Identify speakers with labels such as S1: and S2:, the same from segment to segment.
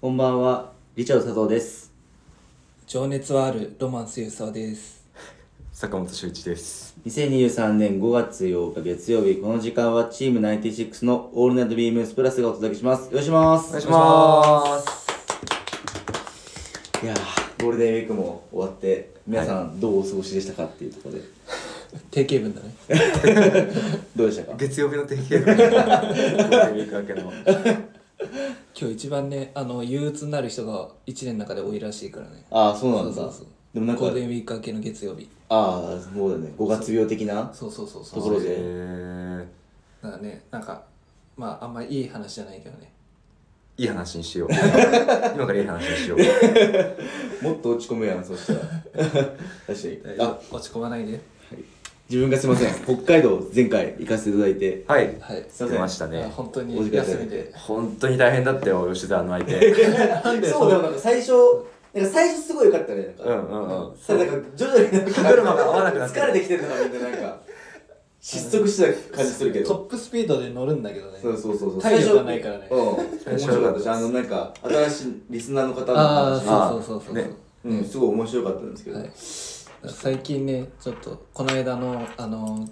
S1: こんばんは、理長佐藤です。
S2: 情熱はあるロマンス優作です
S3: 坂本修一です。
S1: 2023年5月8日月曜日、この時間はチーム96のオールナイトビームスプラスがお届けします。よろしくお願いします。
S3: お願いし
S2: す
S1: いやー、ゴールデンウィークも終わって、皆さんどうお過ごしでしたかっていうところで、
S2: 定型文だね
S1: どうでしたか
S3: 月曜日の定 期券ゴールデンウィーク明けの。
S2: 今日一番ねあの憂鬱になる人が一年の中で多いらしいからね
S1: ああ、そうなんだ。
S2: そうそうそう
S1: でもなん
S2: ゴー
S1: か
S2: ル、デンウィーク明けの月曜日
S1: ああ、そうだね、5月病的な。
S2: そうそうそう
S1: と
S2: そ
S1: こ
S2: う
S1: ろで
S3: えー
S2: だからねなんかまああんまりいい話じゃないけどね
S3: いい話にしよう。今からいい話にしよう。
S1: もっと落ち込むやん、そしたら。 確かに。あ、
S2: 落ち込まないで
S1: 自分がすいません、北海道前回行かせていただいて、
S3: はい。
S2: はい
S1: すいません
S3: 出ました
S2: あ
S3: ね。
S2: 本当
S1: お時
S2: に
S1: 間いた
S2: 休
S1: だい
S2: み
S1: て
S2: で
S3: 本当に大変だったよ、吉沢の相手。
S1: なんでそうでもなんか最初なんか最初すごい良かったねなんか、
S3: うんうんうん。
S1: それなんか徐々になんか
S3: 歯車が合わなくなってる
S1: 疲れてきてるのがみんななんか失速してた感じするけ
S2: トッ
S1: ど
S2: プスピードで乗るんだけどね
S1: そうそうそうそう
S2: 体力がないからね
S1: うん
S3: 最初
S1: 面
S3: は
S1: 白かったしあのなんか新しいリスナーの方の話
S2: ああそうそうそうそう
S3: ね
S1: うん、すごい面白かったんですけど、
S2: はい、最近ねちょっとこの間のあの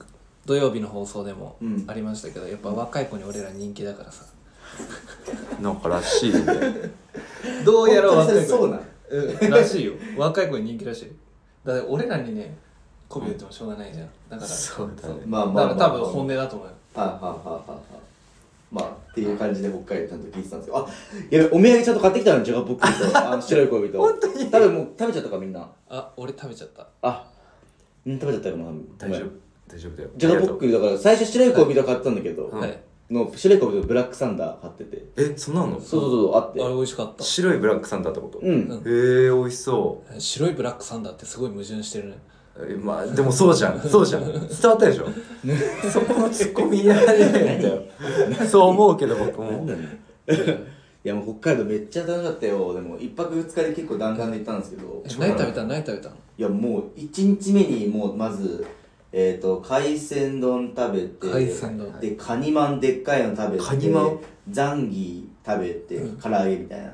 S2: 土曜日の放送でも
S1: うん
S2: ありましたけど、やっぱ若い子に俺ら人気だからさ
S3: なんからしいんで。
S2: どうやら若い子
S1: そうなん
S2: うんらしいよ若い子に人気らしいだって俺らにね媚び売ってもしょうがないじゃんだから
S3: そうだね。
S1: まあま
S2: だ
S1: あ、
S2: か
S1: まあ、
S2: ら多分本音だと思うよ
S1: はいはいはいはいはいまあっていう感じで北海道ちゃんと聞いてたんですよあやべお土産ちゃんと買ってきたのジャガポッキーとあの白い恋人本当に多分もう食べちゃったかみんな
S2: あ俺食べちゃった
S1: あうん食べちゃったかも多分
S3: 大丈夫
S1: ごめん。
S3: 大丈夫だよ。
S1: ジャガポッ
S3: あり
S1: クだから最初白い恋人買ったんだけど、
S3: うん
S2: はい
S1: の白い恋人とブラックサンダー買ってて
S3: がとう。え、そんなの
S1: そうそうそうあっ
S2: あ
S1: て
S2: れ美味しかった
S3: 白いブラックサンダーってこと
S1: う
S3: へ
S1: ん、
S3: えー、美味しそ
S2: 白いブラックサンダーってすごい矛盾してるね
S3: う。えまあ、でもそうじ ゃん。そうじゃん。伝わったでしょ。そこのツッコミやれないんだよ。 そう思うけど、僕も。
S1: なんだね いやもう北海道めっちゃ楽しかったよでも一泊二日で結構弾丸で行ったんですけど
S2: え何食べたの何食べたの
S1: いやもう一日目にもうまずえっ、と海鮮丼食べて
S2: 海鮮丼
S1: でカニまんでっかいの食べて
S3: カニまん
S1: ザンギ食べて
S2: うん
S1: 唐揚げみたいな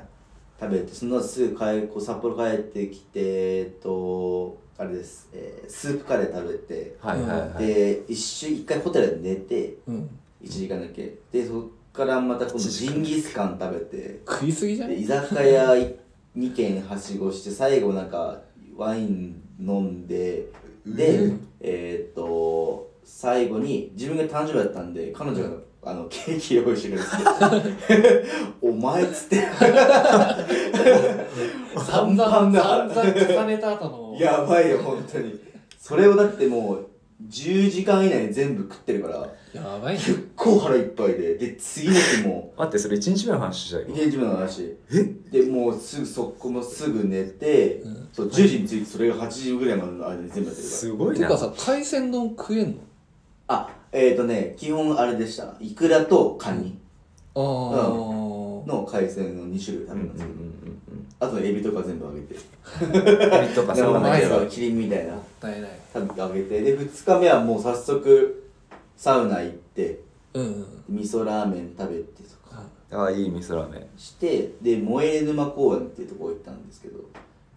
S1: 食べてその後すぐ帰こう札幌帰ってきてえっ、とあれです、えースープカレー食べて、
S3: はいはいはい。
S1: で一週一回ホテルで寝て
S2: うん
S1: 1時間だけでそっからまた今度ジンギスカン食べて
S2: 食いすぎじゃ
S1: で
S2: ね
S1: 居酒屋2軒はしごして最後なんかワイン飲んでで、えーっと最後に自分が誕生日だったんで彼女が、あのケーキ用意してくれて お前っつって
S2: 散々
S1: パン
S2: 散
S1: パンだ
S2: 々重ねた後の
S1: やばいよ本当にそれをだってもう10時間以内に全部食ってるから
S2: やばいね
S1: 結構腹いっぱいでで次の日も
S3: 待って、それ1日目の話じゃん。
S1: 1日目の話でもうすぐそこもすぐ寝て、
S2: うん
S1: そう10時に着いてそれが8時ぐらいまでの間に全部やってるか
S3: すごい
S2: て
S3: な。
S2: かさ海鮮丼食えん
S1: らあえっ、ー、とね基本あれでしたイクラとカニ
S2: のああ
S1: の海鮮の2種類食べた
S3: うんうんんう
S1: で
S3: ん
S1: すけど、
S3: うん
S1: あとエビとか全部あげて
S3: エビとか
S1: でも
S3: 魚だけ
S1: 前
S3: ど
S1: はキリンみたいな
S2: もったいない
S1: 食べあげてで2日目はもう早速サウナ行って
S2: うんうん
S1: 味噌ラーメン食べてとか
S3: ああ、いい味噌ラーメン。
S1: してで萌え沼公園っていうとこ行ったんですけど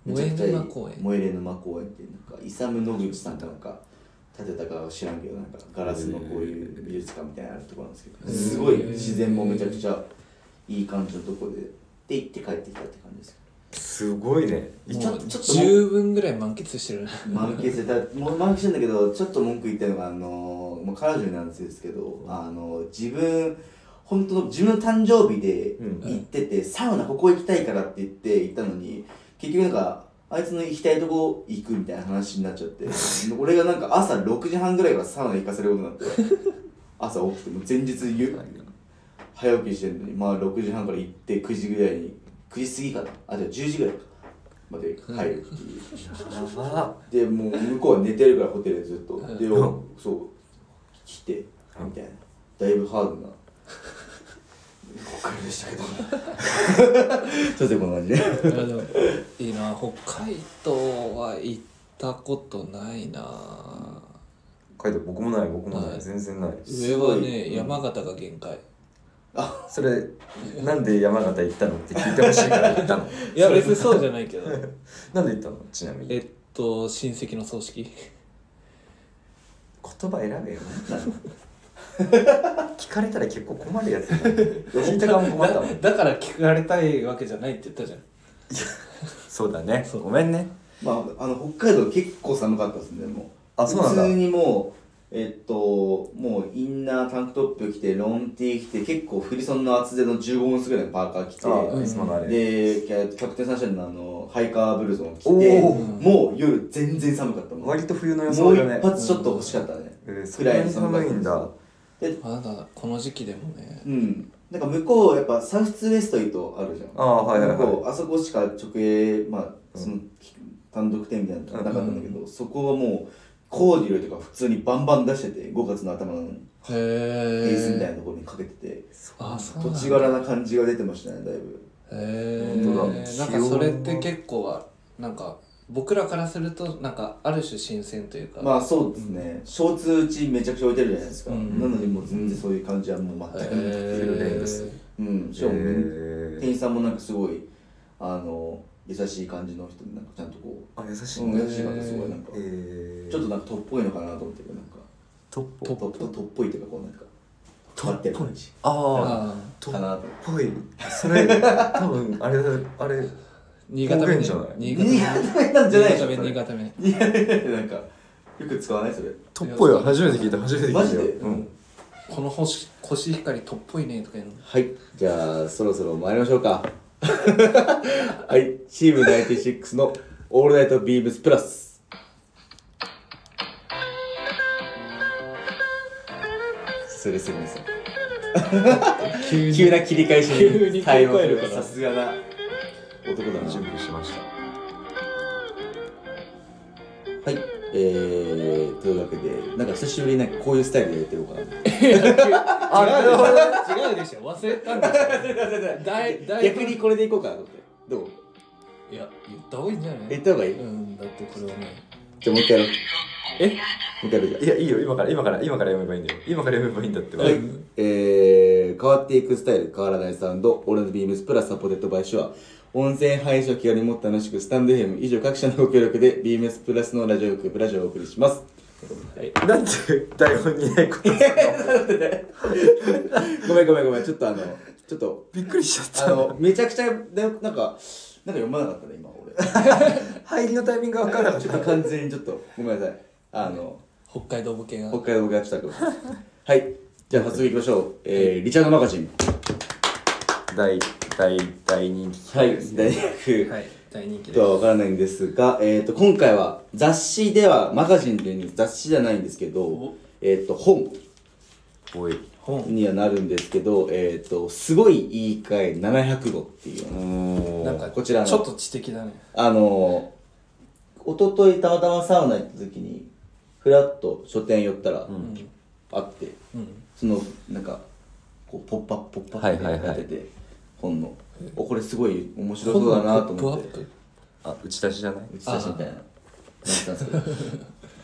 S1: めちゃくちゃいい
S2: 萌え沼公園
S1: 萌え沼公園っていうなんかイサム・ノグチさんがなんか建てたかは知らんけどなんかガラスのこういう美術館みたいなのあるとこなんですけど
S2: へー
S1: すごい自然もめちゃくちゃいい感じのとこでで行って帰ってきたって感じです
S3: すごいね。
S1: ちょ
S2: もう
S1: ちょっと
S2: 十分ぐらい満喫してるね
S1: 満喫してたもう満喫してんだけどちょっと文句言ったのがあのもう彼女なんですけどあの自分本当の自分の誕生日で
S3: うん
S1: 行ってて、サウナここ行きたいからって言って行ったのに結局なんかあいつの行きたいとこ行くみたいな話になっちゃって 俺がなんか朝6時半ぐらいからサウナ行かせることになって 朝起きてもう前日ゆ早起きしてるのにまあ6時半から行って9時ぐらいに9時過ぎかなあじゃあ10時ぐらいかまで帰るっていう。
S3: やば
S1: でもう向こうは寝てるからホテルでずっとで、
S3: うん
S1: おそう来てみたいなだいぶハードな北海道でしたけど ちょっとこんな感じで
S2: いやでもいいな北海道は行ったことないな
S3: 北海道、僕もない、僕もな
S2: はい
S3: い。全然ない。
S2: 上はね山形が限界
S4: あ
S5: それなんで山形行ったのって聞いてほしいから行ったの
S2: いや 別にそうじゃないけど
S5: なんで行ったのちなみ
S2: え
S5: に
S2: っと親戚の葬式
S5: 言葉選べ よ聞かれたら結構困るやつだ聞いた側も困った
S2: だ
S5: もん
S2: だから聞かれたいわけじゃないって言ったじゃん
S6: そうだねごめんね
S4: まああの北海道結構寒かったですねもう
S5: あそうなんだ
S4: 普通にもうえっともうインナータンクトップ着てロンティー着て結構振り袖の厚手の15分薄ぐらいのパーカー着て
S5: ああいつものあれ
S4: でキャキャプテンサンシャインのあのハイカーブルゾン着
S5: お
S4: て
S5: ー
S4: もう夜全然寒かったもんもう
S5: 割と冬の予想だね
S4: 一発ちょっと欲しかったね、
S5: えーそ
S4: ぐ
S5: んな
S4: ら
S5: に
S4: い
S5: 寒いんだ
S4: で
S2: まだこの時期でもね
S4: うんなんか向こうやっぱサウスウエストイトあるじゃん
S5: ああはいはい
S4: こ
S5: は
S4: うあそこしか直営まあ
S5: うん
S4: その単独店みたいなのなかったんだけど、そこはもうコーディロイとか普通にバンバン出してて5月の頭なのに
S2: へ
S4: ベースみたいな
S2: え
S4: ところにかけてて
S2: あそうな
S4: 土
S2: んだ
S4: 地柄な感じが出てましたねだいぶ
S2: へ
S5: 本当
S2: え
S5: だ
S2: なんかそれって結構はなんか僕らからするとなんかある種新鮮というか、
S4: まあそうですね小通うちめちゃくちゃ置いてるじゃないですか、
S2: うん
S4: なのにもう全然そういう感じはもう全く
S2: へ
S4: なくて、
S2: え
S4: うんし
S5: い
S4: かもみん、
S5: え
S4: 店
S5: ー
S4: 員さんもなんかすごいあの優しい感じの人でなんかちゃんとこ
S5: あ優し
S4: う、
S5: い
S4: うん、
S5: ね
S4: 優しい方すごいなんか、
S5: えー
S4: ちょっとなんかトップっぽいのかなと思ってけどなんか
S6: トッ
S4: トッ
S6: プ
S4: プトップっぽいというかこうなんか
S6: トッ
S4: って
S6: プ
S4: る感じ
S6: ああ
S2: あ
S6: ト
S4: か
S6: ッ
S4: なと
S5: っぽいそれ多分あれだあれ
S2: ー新潟
S5: 方言
S2: 弁
S5: じゃない
S2: 新
S4: 新
S2: 潟
S4: 潟弁なんじゃないでしょ
S2: 弁新潟弁
S4: 新潟弁なんかよく使わないそれ
S6: トップよ初めて聞いた初めて聞いた
S4: マジで
S5: うん
S2: この星星光とっぽいねとか言うの
S1: はい。じゃあ、そろそろ参りましょうか。 はい。チーム96のオールナイトビームスプラス。失礼すみません。
S2: 急
S1: 急な切り返し
S2: 急
S1: に
S2: に切り
S1: 対応
S2: 替
S1: す
S2: える
S1: る
S2: から
S1: さすがな男だな。
S5: 準備しました
S1: はい。えー、というわけで、なんか久しぶりになんかこういうスタイルでやってようかな。
S2: 違うでしょ忘れたんだだいだいぶ
S1: 逆にこれでいこうかなと思って。どう
S2: いや言った方がいいんじゃない
S1: 言った方がいい
S2: うんだってこれはね
S1: じゃあもう一回やろう。
S2: え
S1: もう一回やろうじゃあ
S6: いやいいよ今から今から今から読めばいいんだよ今から読めばいいんだってば
S1: はい、えー、変わっていくスタイル変わらないサウンド俺のビームスプラスサポテッドバイシュア温泉配信を気軽にもっと楽しくスタンド FM 以上各社のご協力でビームスプラスのラジオ局ラジオをお送りします
S6: なんで台本にないこと
S1: ごめんごめんごめんちょっとあのちょっと
S6: びっくりしちゃ
S1: あ
S6: った
S1: のめちゃくちゃでなんかなんか読まなかったね今俺
S6: 入りのタイミングが分からなかっ
S1: ちょ
S6: た
S1: っと完全にちょっとごめんなさいあの
S2: 北海道ボケが
S1: 北海道が来たかもしれないはいじゃあ早速行きましょう、えー、リチャードマガジン
S6: 大大大人気
S1: はい大学
S2: はい大人気
S1: とは分からないんですが、えー、と今回は雑誌ではマガジンという雑誌じゃないんですけど
S2: お、
S1: えー、と本
S6: おい
S2: 本
S1: にはなるんですけど、えー、とすごいいい回700語っていうような
S2: なんか
S1: こちらの
S2: ちょっと知的だね
S1: あのー、一昨日たまたまサウナ行った時にふらっと書店寄ったら、
S2: ん
S1: あって
S2: うん
S1: そのなんかこうポップアップポップアップ
S6: はい
S1: や
S6: はいはい
S1: ってて、本のおこれすごい面白そうだなと思って
S2: ポップアップ
S6: あ打ち出しじゃない
S1: 打ち出しみたいななってたんですけど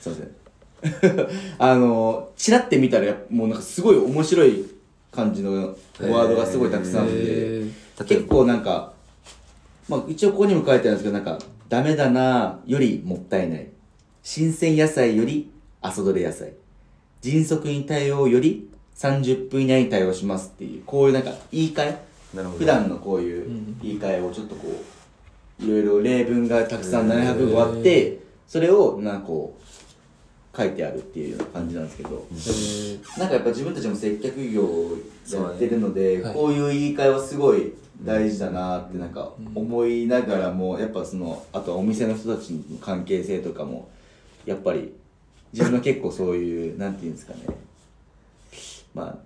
S1: すいませんあのチラって見たらやっぱもうなんかすごい面白い感じのワードがすごいたくさんあって、
S2: へ
S6: ー
S1: 結構なんか、まあ、一応ここにも書いてあるんですけどなんか「ダメだな」よりもったいない新鮮野菜より朝どれ野菜迅速に対応より30分以内に対応しますっていうこういうなんか言い換え
S6: なるほど
S1: 普段のこういう言い換えをちょっとこういろいろ例文がたくさん700語あってそれをなんかこう書いてあるっていうような感じなんですけど
S2: へ
S1: なんかやっぱ自分たちも接客業をやってるので
S2: そうだねはい
S1: こういう言い換えはすごい大事だなってなんか思いながらもやっぱそのあとはお店の人たちの関係性とかもやっぱり自分は結構そういうなんていうんですかねまあ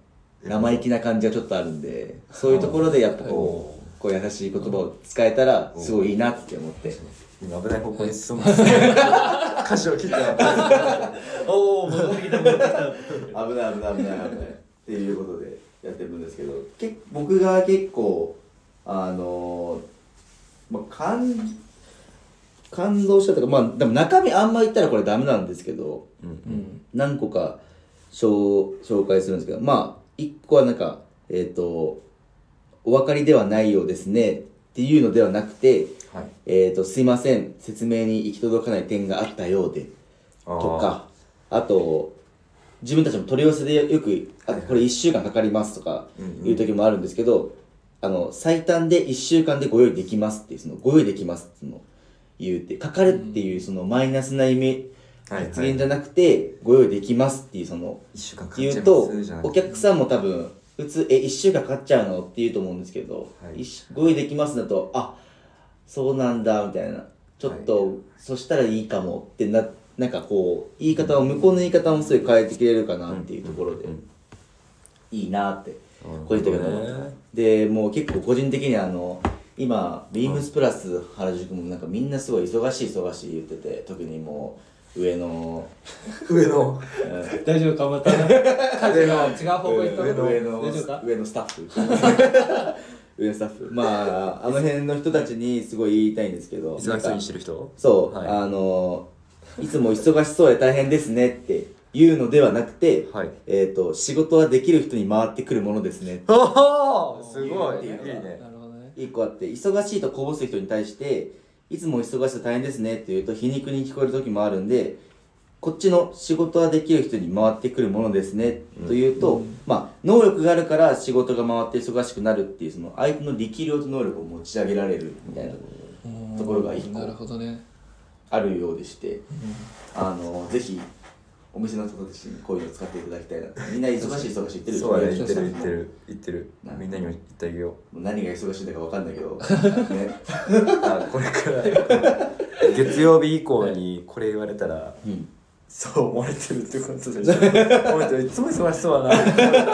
S1: 生意気な感じはちょっとあるんでそういうところでやっぱこうこう優しい言葉を使えたらすごいいいなって思って
S6: 今危ない方向に 進む歌詞を切ってなかっ
S2: おお戻ってきた戻ってきた
S4: 危ない危ない危ない危ないっていうことでやってるんですけどけ僕が結構あのまあ感
S1: 感動したとかまあでも中身あんま言ったらこれダメなんですけど
S2: うん
S1: 何個か紹紹介するんですけどまあ一個はなんかえっ、と、お分かりではないようですねっていうのではなくて、
S5: はい
S1: えっ、と、すいません、説明に行き届かない点があったようで、とか、あと、自分たちも取り寄せでよく、あこれ1週間かかりますとかいう時もあるんですけど、あの、最短で1週間でご用意できますっていう、その、ご用意できますっていうのを言うて、かかるっていうそのマイナスなイメ
S5: はいはい
S1: 発言じゃなくて、ご用意できますっていうその、
S5: 一週間かかっちゃい
S1: 言
S5: ま
S1: うと
S5: すじゃな
S1: お
S5: くて
S1: 客さんも多分普通「え1週間かかっちゃうの?」って言うと思うんですけど「
S5: はい
S1: 一ご用意できます」だと「あそうなんだ」みたいな「ちょっと、そしたらいいかも」ってななんかこう言い方を向こうの言い方もすごい変えてくれるかなっていうところで、いいなって個人的に思ったでもう結構個人的にあの今ビームスプラス原宿もなんかみんなすごい忙しい忙しい言ってて特にもう上の
S7: 上の
S2: 大丈夫かまた家事が違う方向行った
S1: 上の上の
S2: 大丈夫か
S1: 上のスタッフ 上のスタッフまああの辺の人たちにすごい言いたいんですけど
S7: 忙しそうにして
S1: る
S7: る人
S1: そう、
S7: はい
S1: あのいつも忙しそうで大変ですねって言うのではなくて、
S7: はい
S1: えっ、と仕事はできる人に回ってくるものですね
S7: おおすごいいいね
S2: なるほどね
S1: 一個あって忙しいとこぼす人に対していつも忙しいと大変ですねって言うと皮肉に聞こえる時もあるんでこっちの仕事はできる人に回ってくるものですね、というと、まあ能力があるから仕事が回って忙しくなるっていうその相手の力量と能力を持ち上げられるみたいなところが一個
S2: なるほどね
S1: あるようでして、あのぜひお店の人たちにこういうのを使っていただきたいなみんな忙しい忙しい言ってる
S5: そうだ
S1: 言
S5: ね言
S1: っ
S5: って
S1: る
S5: てる言ってる言ってる
S1: なんか
S5: みんなにも言ってあげよ
S1: もう何が忙しいんだか分かんないけ ど、ね、
S5: うあこれから月曜日以降にこれ言われたら
S1: うん
S5: そう思われてるってことでしょお前いつも忙しそうだ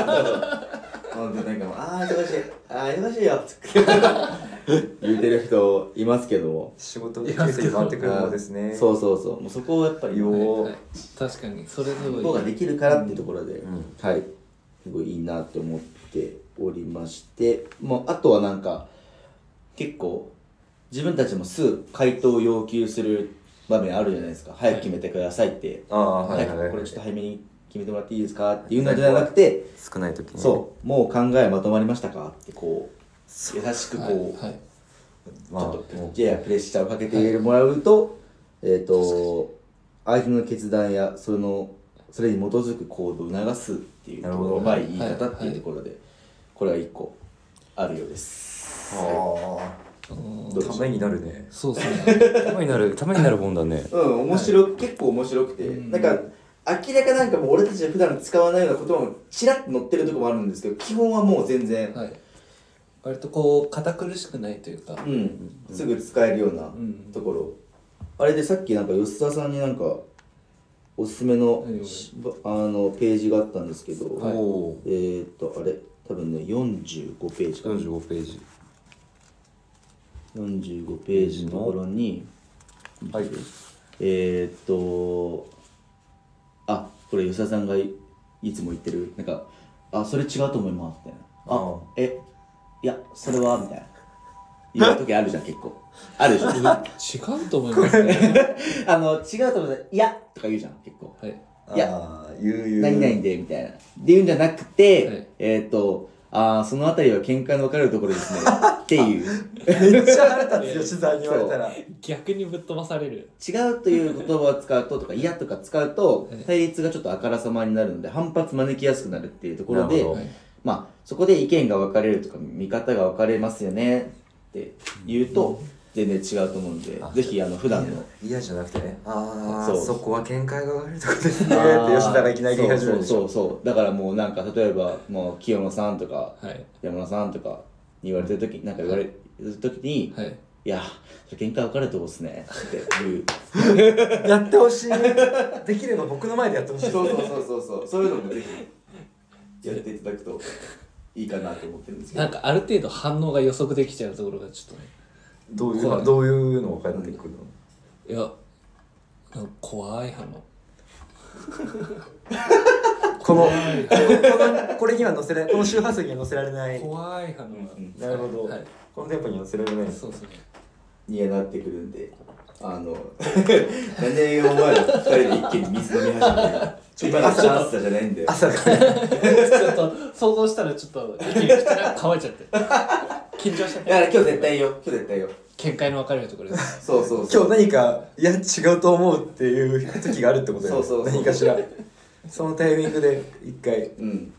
S5: な
S1: 本当なんかもう、あー忙しい、あー忙しいよ、 言うてる人いますけども。
S5: 仕事で決意回ってくるものですね
S1: そうそうそう、もうそこをやっぱりよ
S2: は
S1: う
S2: い、確かにそれす
S1: 向こう
S2: ご
S1: が
S2: い
S1: できるからっていうところで、
S5: ん
S1: はい、すごいいいなって思っておりまして、もうあとはなんか、結構、自分たちもすぐ回答を要求する場面あるじゃないですか。早く決めてくださいって。
S5: ああはいはい
S1: 早
S5: はい
S1: くこれちょっと早めに決めてもらっていいですかっていうのじゃなくて、
S5: 少ない時に
S1: そう、もう考えまとまりましたかってこう、優しくこう、
S2: はいはい
S5: ま
S1: ち
S5: あ
S1: ょっ
S5: も
S1: と
S5: う
S1: J やプレッシャーをかけてもらうと、えっ、と、相手の決断や、その、それに基づく行動を促すっていうところ
S5: な
S1: が
S5: る
S1: 言い方っていうところで、これは一個あるようです。
S5: あ
S2: うん
S1: どうで
S5: あ
S1: した
S5: めになるね
S2: そうですね
S5: ためになるためになるもんだ ね
S1: うん、面白、結構面白くて、
S2: うん
S1: なんか、明らかなんかもう俺たちが普段使わないような言葉もちらっと載ってるとこもあるんですけど、基本はもう全然、
S2: はい割とこう堅苦しくないというか
S1: うん、すぐ使えるようなところ、あれでさっきなんか吉沢さんになんかおすすめの
S2: 何を
S1: しあのページがあったんですけど、
S2: はい
S5: お
S1: えーっとあれ多分ね45ページかな
S5: 45ページ
S1: 45ページのところに
S5: はい
S1: えーっとあこれ吉田さんがいいつも言ってるなんか「あそれ違うと思います」みたいな「あ
S5: ああ
S1: えいやそれは」みたいな言う時あるじゃん結構あ るでしょ
S2: 違うと思いますね
S1: あの違うと思いますいや」とか言うじゃん結構
S2: はい
S1: いや
S5: ああ言う言う
S1: 何々でみたいな。で言うんじゃなくて、
S2: はい
S1: えっ、と、ああ、そのあたりは見解の分かれるところ ですね。っていう。
S5: めっちゃ腹立つ吉沢に言われたら
S2: 逆にぶっ飛ばされる
S1: 違うという言葉を使うととか、嫌とか使うと
S2: はい、
S1: 対立がちょっとあからさまになるので、反発招きやすくなるっていうところで
S5: なるほ、ど
S2: はい
S1: まあ、そこで意見が分かれるとか、見方が分かれますよねって言うと、全然違うと思うんで
S5: あ、
S1: ぜひ、あの、普段の。
S5: 嫌じゃなくてねああ
S1: そう
S5: そこは見解が悪いとこですね
S1: あ
S5: っ
S1: ー
S5: て吉田がいきなり言い始めるでし
S1: そ
S5: ょ
S1: うそうそうそう。だからもうなんか、例えば、もう、清野さんとか、
S2: はい
S1: 山田さんとかに言われてる時なんか言われてる時に、
S2: はい
S1: いや、それ喧嘩分かれてこっすね。っていう。
S5: やってほしいできれば僕の前でやってほしい
S1: そうそうそうそうそう。そういうのもぜひやっていただくといいかなと思ってるんですけ
S2: なん
S1: ど。
S2: かある程度反応が予測できちゃうところがちょっとね
S5: どういうのどういうのが返ってくるの
S2: いやなんか怖い反応
S5: このこのこれには載せられこの周波数には載せられない
S2: 怖い反応が、
S1: ん
S5: なるほど、
S2: はい
S5: この電波には載せられない
S2: そうですね
S1: にはなってくるんで、あの、何でお前ら二人で一気に水飲み始めた
S2: ちょっと
S1: 朝
S2: ちょ
S1: の
S2: っと
S1: 朝じゃないんだよ
S5: 朝から
S2: ちょっと想像したらちょっと息が乾いちゃ って緊張しちゃ
S1: だか
S2: って
S1: ら今日絶対よ今日絶対よ
S2: 見解の分かれるところです
S1: そうそうそう
S5: 今日何かいや違うと思うっていう時があるってことよね
S1: そうそうそう
S5: 何かしらそのタイミングで一回
S1: うん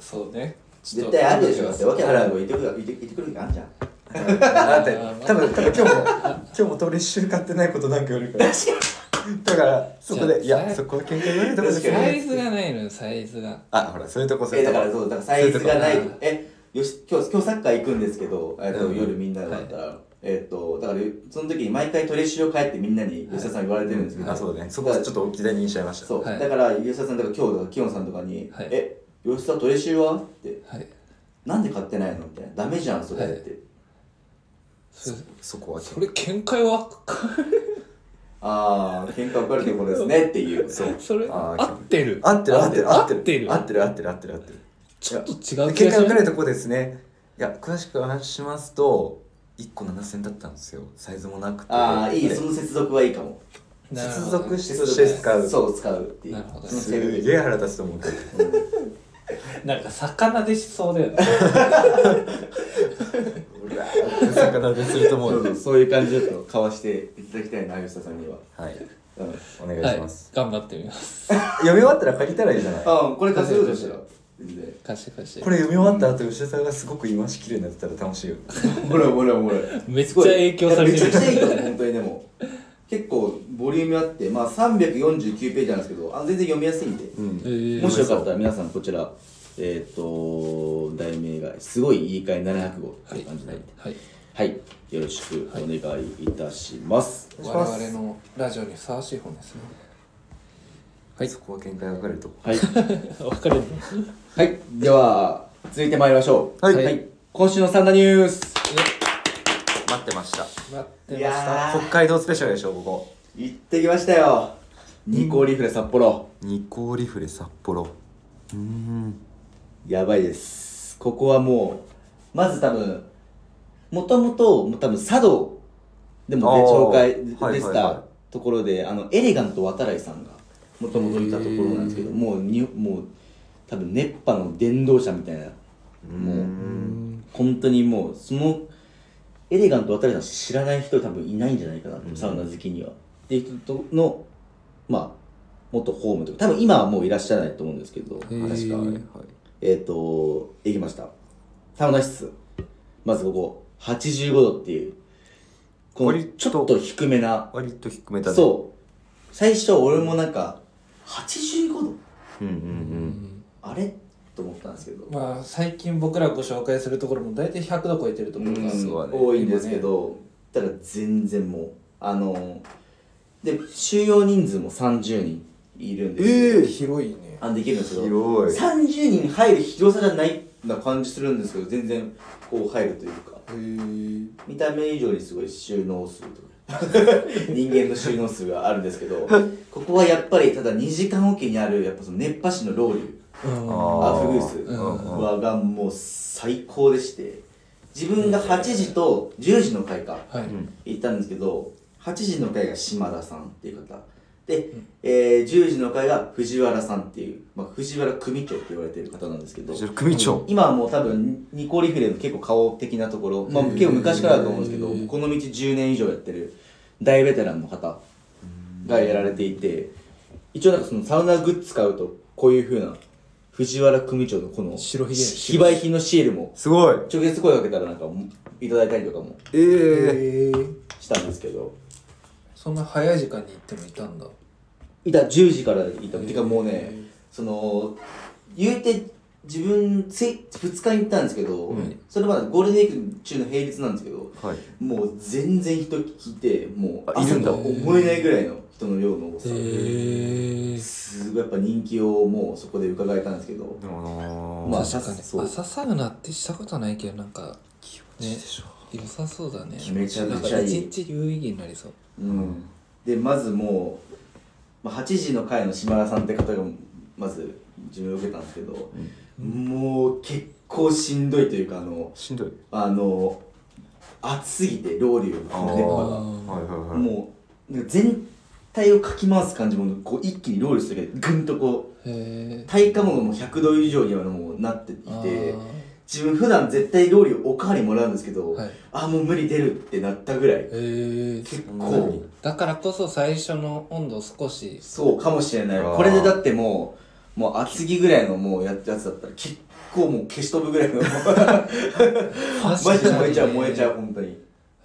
S2: そうねちょ
S1: 絶
S2: っと
S1: 対あるでしょだってわけあるのいてくるいていてくる時あんじゃん
S5: だって多分多分今日も今日もトレッシュ買ってないことなんか言われるからだからそこでい
S2: じゃあ
S5: やそこは喧嘩言われたことじゃな
S2: サ
S5: い
S2: イズがないのよサイズが
S5: あほらそういうとこそう
S1: え
S5: い
S1: だ
S5: うと
S1: から
S5: こ
S1: そうだからサイズがない
S2: そういうとこ
S1: えよし今日今日サッカー行くんですけど、えっと
S5: うん
S1: 夜みんなだったら、えっとだからその時に毎回トレッシュを帰ってみんなに吉田さん言われてるんですけど、
S5: あそうだねそこはちょっと置き去りにしちゃいました
S1: そう、
S2: はい
S1: だから吉田さんとか今日とかキヨンさんとかに「
S2: はい
S1: え吉田トレシーは?」って
S2: はい
S1: 「なんで買ってないの?」みたいな「ダメじゃんそれ」って、
S2: そ
S5: そこは
S2: それ見解は
S1: ああ喧嘩分かれてることですねっていうそう
S2: それ
S5: あ
S2: 合
S5: ー
S2: ってる
S5: 合ってる合ってる合って
S2: 合っ
S5: る合っててる合ってる合ってる合ってる
S2: ちょっと違う気
S5: 喧
S2: が
S5: 嘩
S2: す
S5: 分かれ
S2: る
S5: るとこですねいや詳しくお話ししますと1個7000だったんですよサイズもなくて
S1: ああいいその接続はいいかも
S2: なるほ
S5: 接
S2: ど
S5: 続して使う
S1: そう使うっていう
S2: なるほど
S1: そ
S5: す
S1: の接
S5: げえ腹立つと思うけど
S2: なんか魚でしそうだよね
S5: 魚ですると思
S1: そううそうそういう感じでちょっとかわしていただきたいな吉田さんには、
S5: はい
S1: うん、
S5: お願い
S2: はい
S5: します
S2: 頑張ってみます
S5: 読み終わったら借りたらいいじゃない
S1: あこれ貸せるとしたら全然
S2: 貸して貸して
S5: これ読み終わった後吉田さんがすごく言い回し綺麗になってたら楽しいよ
S1: ほらほらほら
S2: めっちゃ影響されて
S1: めちゃくちゃいいと
S2: る
S1: 思う本当にでも結構ボリュームあってまあ349ページなんですけどあ全然読みやすいんで、
S5: うん
S2: えー
S1: もしよかったら皆さんこちらえっ、と題名が「すごいいい会700号」っていう感じではい、
S2: はい
S1: よろしくお願いいたします、
S2: 我々のラジオにふさわしい本ですね はい
S5: そこは見解分かれるとこ
S1: はい、
S2: 分かれる
S1: はい、では続いてまいりましょう
S5: はい
S1: 今週のサンダニュース
S5: 待ってました
S2: 待ってま
S1: い
S2: した
S1: や
S5: 北海道スペシャルでしょここ
S1: ー行ってきましたよニコリフレ札幌
S5: ニコーリフレ札幌うーん
S1: やばいですここはもうまず多分もともと多分佐渡でもね
S5: あー
S1: 紹介で
S5: はいはいはい
S1: 出てたところであのエレガント渡来さんがもともといたところなんですけどもうにもう多分熱波の伝道者みたいなもう本当にもうそのエレガント渡来さん知らない人多分いないんじゃないかなってサウナ好きには。っていう人とのまあ元ホームとか多分今はもういらっしゃらないと思うんですけど確か。えっ、と、行きました。サウナ室。まずここ、85度っていう。こ
S5: こ
S1: の
S5: れ
S1: ちょっと低めな。
S5: 割と低めだね
S1: そう。最初俺もなんか、85度
S5: うんうんうん
S1: あれと思ったんですけど。
S2: まあ最近僕らご紹介するところも大体100度超えてるところが、
S1: うん
S5: そうだね
S1: 多いんですけど、ただ全然もう、あの、で、収容人数も30人いるんですけど
S2: 広いね
S1: あできるんですけど、
S5: 広い
S1: 30人入る広さじゃないな感じするんですけど、全然こう入るというか。
S2: へー
S1: 見た目以上にすごい収納数とか 人間の収納数があるんですけどここはやっぱりただ2時間おきにあるやっぱその熱波師のロウリュ
S2: うん
S1: ア
S5: あ
S1: フグー
S5: ー
S1: ス
S5: うんうん
S1: はがもう最高でして自分が8時と10時の回か
S2: はい、
S1: 行ったんですけど8時の回が島田さんっていう方で、えー10時の回が藤原さんっていう、まあ、藤原組長って言われてる方なんですけど
S5: それ組長
S1: 今はもう多分ニコリフレの結構顔的なところ、まあ、結構昔からだと思うんですけどこの道10年以上やってる大ベテランの方がやられていて一応なんかそのサウナグッズ買うとこういうふうな藤原組長のこの
S2: 白ひげ
S1: 非売品のシールも
S5: すごい
S1: 直接声かけたらなんかいただいたりとかも
S5: ええ
S2: へー
S1: したんですけど
S2: そんな早い時間に行ってもいたんだ
S1: いた10時からいたてかもうねその言うて自分つい2日に行ったんですけど、それまだゴールデンウィーク中の平日なんですけど
S5: はい
S1: もう全然人聞いてもう
S5: あいる
S1: 朝
S5: んだ
S1: とは思えないぐらいの人の量の多さ
S2: へえ
S1: すごいやっぱ人気をもうそこで伺えたんですけど
S5: でも
S1: ま
S5: な
S1: あ
S5: あ
S2: 確かに
S1: そう
S2: 朝サウナってしたことないけどなんかね良さそうだね
S1: めちゃめちゃいい
S2: なんか一日有意義になりそう
S1: うんでまずもう、まあ、8時の回の島田さんって方がまず自分を受けたんですけど、もう結構しんどいというかあの
S5: しんどい
S1: あの暑すぎてロウリュの熱
S5: あ
S1: 波が
S5: はいはいはい
S1: もう全体をかき回す感じもこう一気にロールするだけでぐんとこう
S2: へえ
S1: 体感温度も100度以上にはもうなってい
S2: あ
S1: て
S2: ー
S1: 自分普段絶対料理をおかわりもらうんですけど、
S2: はい
S1: あーもう無理出るってなったぐらい
S2: へえ
S1: 結
S5: そんな
S1: 構
S5: に
S2: だからこそ最初の温度を少し
S1: そうかもしれない
S5: あー
S1: これでだってもうもう厚着ぐらいのもうややつだったら結構もう消し飛ぶぐらい の
S2: マ
S1: マジで燃えちゃう燃えちゃう本当に、
S2: へ
S1: で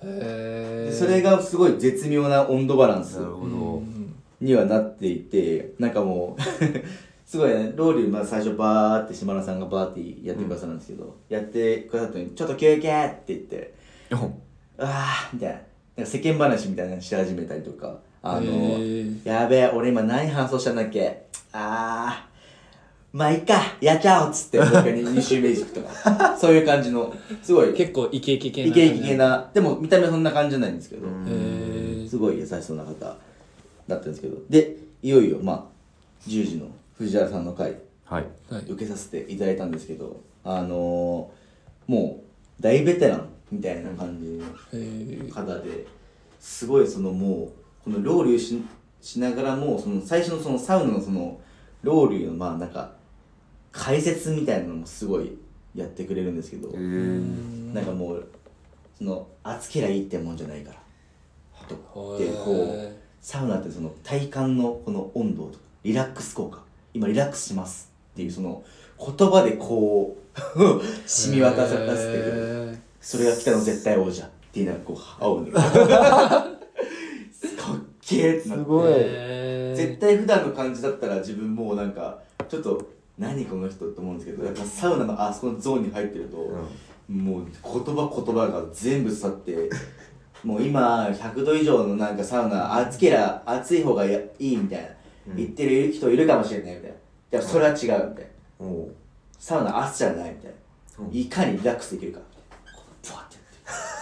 S2: え
S1: それがすごい絶妙な温度バランス
S5: なるほ
S2: う
S5: ど
S2: ん
S1: にはなっていてなんかもう すごいねロウリュまあ最初バーって島田さんがバーってやってくださるんですけど、やってくださったのに「ちょっと休憩!」って言って「ああ」みたいななんか世間話みたいなのし始めたりとかあ
S2: へ
S1: の
S2: ー
S1: やべえ、俺今何搬送したんだっけあー、まあいっか、やっちゃおうっつって、僕に2周目行くとか、そういう感じの、すごい、イ
S2: 結構イケイケ系
S1: ケイケ系な、でも見た目そんな感じじゃないんですけど、
S2: へえ
S1: すごい優しそうな方だったんですけど、で、いよいよ、まあ、10時の藤原さんの回、
S5: はい
S2: はい
S1: 受けさせていただいたんですけど、あのー、もう、大ベテランみたいな感じの
S2: へー
S1: 方ですごいそのもうこのロウリュししながらもその最初のそのサウナのそのロウリュのまあなんか解説みたいなのもすごいやってくれるんですけど、
S2: うん
S1: なんかもうその暑けりゃいいってもんじゃないからと
S2: ほ
S1: でこうサウナってその体感のこの温度とかリラックス効果今リラックスしますっていうその言葉でこう 染み渡させてくる
S2: る
S1: それが北の絶対王者っていうのがこう青にかっけえってなって
S2: ごい
S1: 絶対普段の感じだったら自分もうなんかちょっと何この人って思うんですけどやっぱサウナのあそこのゾーンに入ってると、もう言葉言葉が全部伝ってもう今100度以上のなんかサウナ暑けりゃ暑い方がやいいみたいな、言ってる人いるかもしれないみたいなでもそれは違うみたいな、
S5: おお
S1: サウナ暑じゃないみたいな、いかにリラックスできるかブワッて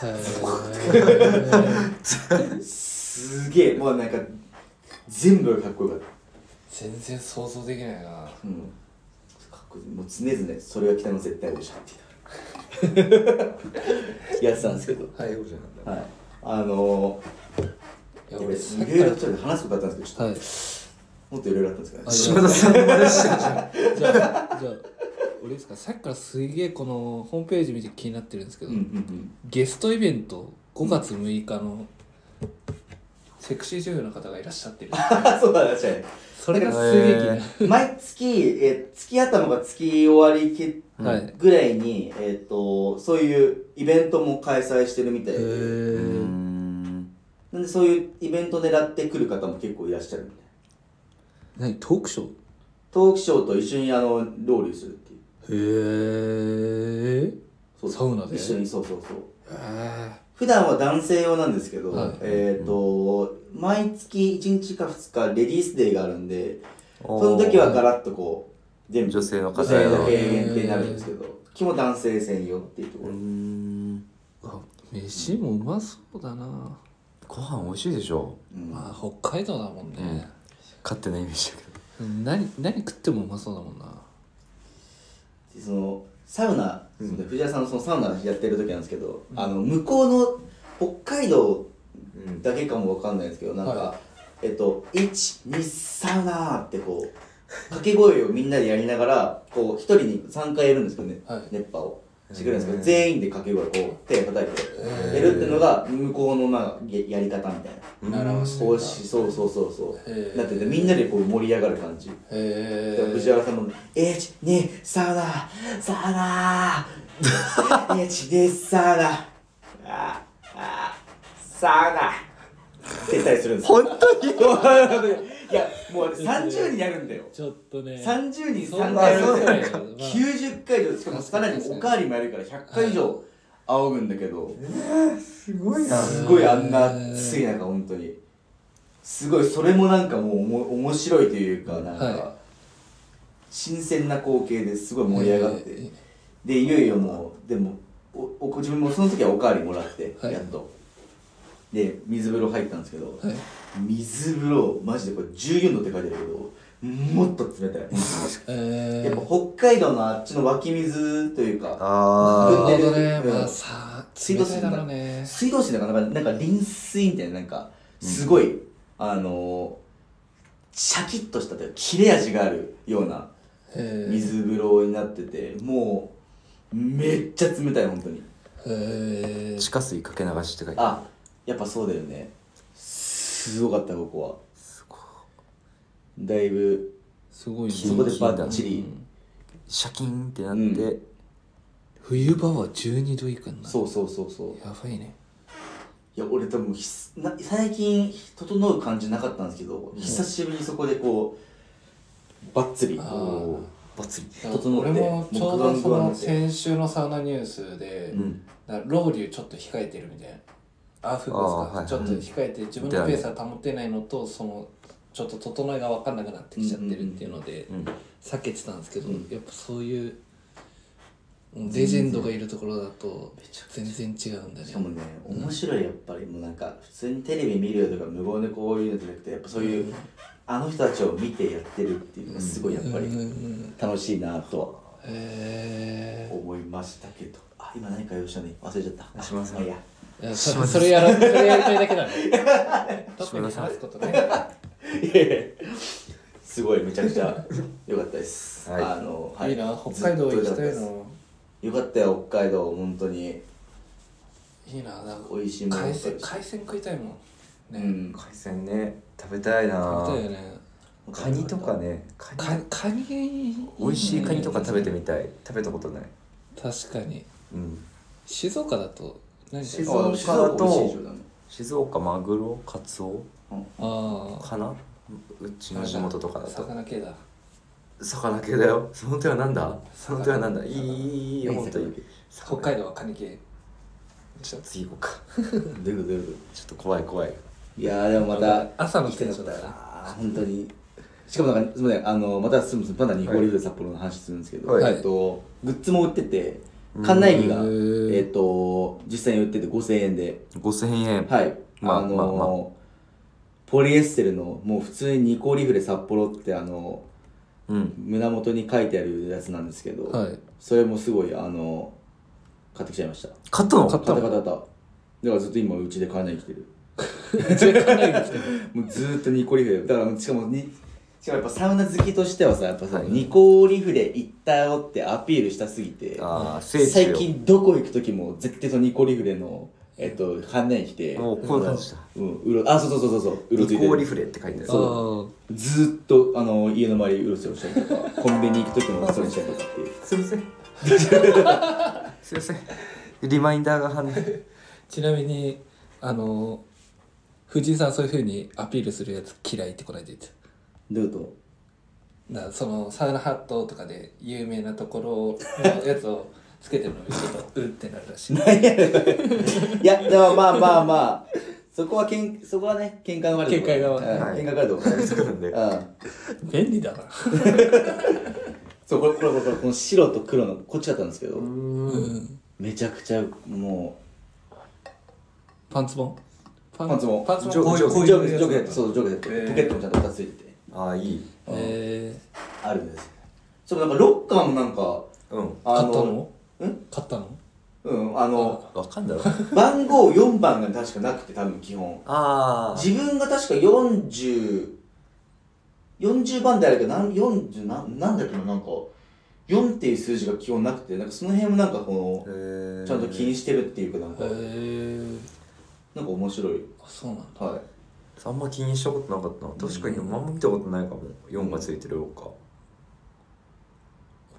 S1: やって
S2: へー
S1: すげえもうなんか全部がかっこよかった、
S2: 全然想像できないな
S1: うん、かっこいいもう常々それが北の絶対王者って言いながらやってたんですけど
S5: 最後じゃなんだ
S1: はいあの
S2: いや
S1: ー、
S2: 俺
S1: いろいろちょっと話すことあったんですけどちょっ
S2: はい
S1: ともっといろいろあったんですけど、
S2: あ
S1: ね、
S2: じゃあ
S3: 島田さんの話してるじゃん
S2: じゃあ、じゃあ、俺ですか、さっきからすげえこのホームページ見て気になってるんですけど、
S1: うんうん
S2: ゲストイベント5月6日のセクシー主婦の方がいらっしゃってる。
S1: うん そうだ確か
S2: それがすげえ気になる。
S1: に毎月え月頭が月終わりけ
S2: はい
S1: ぐらいに、えっとそういうイベントも開催してるみたいで、
S2: へ
S1: なんでそういうイベント狙ってくる方も結構いらっしゃるみたいな
S2: え。何トークショ
S1: トークショーと一緒にあのロウリュするっていう
S2: ーへえ。
S1: そう
S2: サウナで
S1: 一緒にそうそうそう
S2: へ
S1: 普段は男性用なんですけど、
S2: はい
S1: えっ、と毎月1日か2日レディースデーがあるんでその時はガラッとこう全部
S5: 女性の方
S1: 女性だけ限定になるんですけど基本男性専用っていうところ、
S2: ーあ飯もうまそうだな。
S5: ご飯美味しいでしょ
S2: まあ、北海道だもんね。
S5: 勝手なイメージだけど
S2: 何何食ってもうまそうだもんな。
S1: でそのサウナ、藤原さんのそのサウナやってる時なんですけど、あの向こうの北海道だけかもわかんないですけどなんか、
S2: は
S1: えっと「12サウナー」ってこう掛け声をみんなでやりながらこう一人に3回やるんですけどね、
S2: はい
S1: 熱波をしてくれるんですけど全員で掛け声こう手叩いてやるっていうのが向こうのまあややり方みたいな。
S2: 表してんだ
S1: こうしそうそうそうそう、
S2: へー
S1: なっててみんなでこう盛り上がる感じ、
S2: へえ。
S1: 藤原さんも「12サウナサウナー12サウナあーあーサウナ」って言ったりするんですよ
S5: 本当に
S1: いやもうあれ30人やるんだよ
S2: ちょっとね。
S1: 30人
S2: そん
S1: 3
S2: な
S1: 回やるんだよ
S2: そうだよまあ
S1: 90回以上しかもさらにおかわりもやるから100回以上仰ぐんだけど
S5: すごいな
S1: すごいあんな暑い中本当にすごいそれもなんかもうおも面白いというかなんか、
S2: は
S1: 新鮮な光景ですごい盛り上がって、
S2: え
S1: でいよいよもうでもおお自分もその時はおかわりもらって、
S2: はい
S1: やっとで水風呂入ったんですけど、
S2: はい
S1: 水風呂マジでこれ14度って書いてあるけどもっと冷たい
S2: え
S1: やっぱ北海道のあっちの湧き水というか
S5: あ
S2: なるほどね、
S1: うん
S2: まあさあ
S1: 水道
S2: 冷
S1: 水
S2: たいだろうね
S1: 水道水だからなんかなんか臨水みたいななんかすごいあのシャキッとしたというか切れ味があるような
S2: えー、
S1: 水風呂になっててもうめっちゃ冷たい本当に
S2: えー、
S5: 地下水かけ流しって書いてある
S1: あやっぱそうだよねすごかったここはだいぶ
S2: すごいね
S1: そこでバッチリ
S5: シャキンってなって
S2: 冬場は12度以下になる
S1: そうそうそうそう
S2: やばいね
S1: いや俺多分ひすな最近整う感じなかったんですけど、久しぶりにそこでこうバッツリ
S2: あー
S1: こ
S5: バツリ
S1: 整って
S2: 俺もちょ
S1: もう
S2: う
S1: グワ
S2: ど
S1: ン
S2: そ
S1: グワン
S2: の
S1: です
S2: 先週のサウナニュースで、
S1: ううん
S2: だからロウリュちょっと控えてるみたいなあ服ですか、
S5: あーはい
S2: ちょっと控えて自分のペースは保てないのとそのちょっと整いが分かんなくなってきちゃってるっていうので、
S5: うん
S2: 避けてたんですけど、やっぱそういううんレジェンドがいるところだと全然違うんだね
S1: しかもね面白いやっぱりもうなんか普通にテレビ見るよとか無言でこういうのじゃなくてやっぱそういう、あの人たちを見てやってるっていうのがすごいやっぱ
S2: うんう
S1: り
S2: ん
S1: 楽しいなとは
S2: へ
S1: 思いましたけどあ今何か用意したのに忘れちゃった
S5: すいません
S1: あいや
S2: えー、そそれやらそれやりたいだけなの特に話すことない
S1: いやいやすごいめちゃくちゃ良かったです、
S5: はい
S1: あの、はい
S2: いな北海道行きた
S1: ずっと良か
S2: い
S1: ったです
S2: の
S1: よかったよ北海道本当に
S2: いいななんか
S1: 美味しいもの
S2: 海
S1: いっ
S2: 鮮
S1: ぱいあ
S2: 海鮮食いたいもん
S1: るしう
S2: ね
S1: ん
S5: 海鮮ね食べたいな
S2: 食べたいよね
S5: カニとかねカ
S2: カ
S5: ニ
S2: カニがいい
S5: 美味しいカニとか食べてみたい食べたことない
S2: 確かに
S5: うん
S2: 静岡だと何か
S5: 静
S1: あ静岡美味しいでしょだね
S5: 静岡マグロカツオ
S2: ああ
S5: かなうちの地元とかだと
S2: 魚系だ
S5: 魚系だよその手はなんだその手はなんだいいいいいい
S1: 何
S5: 本当に
S2: 北海道はカニ系
S5: ちょっと次行こうか
S1: どういうことどういうこ
S5: ちょっと怖い怖い
S1: といやーでもまた
S2: 朝のテンションだから
S1: あー本当にしかもなんかすみませんあのまたすみませんパンダに合流で札幌の話するんですけど、
S5: はい
S1: えっとグッズも売ってて館内着が
S2: へー
S1: えっと実際に売ってて5000円で
S5: 5000円
S1: はい、
S5: まあ
S1: あのー
S5: まあまあ
S1: ポリエステルのもう普通にニコリフレ札幌ってあの
S5: うん
S1: 胸元に書いてあるやつなんですけど、
S2: はい
S1: それもすごいあの買ってきちゃいました
S5: 買ったの
S1: 買った買った買っただからずっと今うちで買えない来てる
S2: 全然カニですけど
S1: もうずーっとニコリフレだからもうしかもにしかもやっぱサウナ好きとしてはさやっぱさ、
S5: はい
S1: ニコリフレ行ったよってアピールしたすぎて
S5: ああ聖地
S1: 最
S5: よ
S1: 近どこ行く時も絶対そのニコリフレのえっと関連着て
S5: もうこういう感じだ
S1: うんうろあそうそうそうそうそううろつ
S5: リ
S1: いて
S5: コー
S1: る
S5: リフレって書いてある
S2: あー
S1: ずーっとあの家の周りうろちょろしたりとかコンビニ行く時もそれしたりとかっていう
S5: すい ませんすいませんリマインダーが反応
S2: ちなみにあの藤井さんそういうふうにアピールするやつ嫌いってこないで言ってた
S1: どういうこ
S2: だからそのサウナハットとかで有名なところのやつをつけてるの見るとうってなるら しい
S1: といやでもまあまあまあそこはけんそこはね喧嘩があるとこ
S2: 喧嘩が
S1: うん
S5: はい
S1: 喧嘩があるとこ
S5: そうなんだよ
S1: うん
S2: 便利だな
S1: そうこれこれこれこれこの白と黒のこっちだったんですけど
S2: うん
S1: めちゃくちゃも
S2: パンツボン
S1: うパンツも
S2: パンツ
S1: ジョ
S2: ボン
S1: ー
S2: こう
S1: ク
S2: い
S1: ジョ
S2: う
S1: ークジョークジ
S2: こういう
S1: ョ
S2: や
S1: ー
S2: つ
S1: クそうジョークジョーク
S2: えー
S1: ポケットもちゃんと2ついてて
S5: ああいい
S2: え
S1: あるんですそうなんかロッカーもなんか
S5: うん
S2: ー、
S1: あ
S2: 買ったの
S1: ん
S2: 買ったの
S1: うんあの
S5: わかんだろ
S1: 番号4番が確かなくて多分基本
S5: あ
S1: 自分が確か4040番であるけどなん40ななんだっけななんか4っていう数字が基本なくてなんかその辺もなんかこ
S5: あへ
S1: の
S5: ー
S1: ちゃんと気にしてるっていうかなんか
S2: へえー、
S1: なんか面白い
S2: あそうなんだ
S1: は
S5: あんま気にしたことなかったな確かにあんま見たことないかも4がついてるか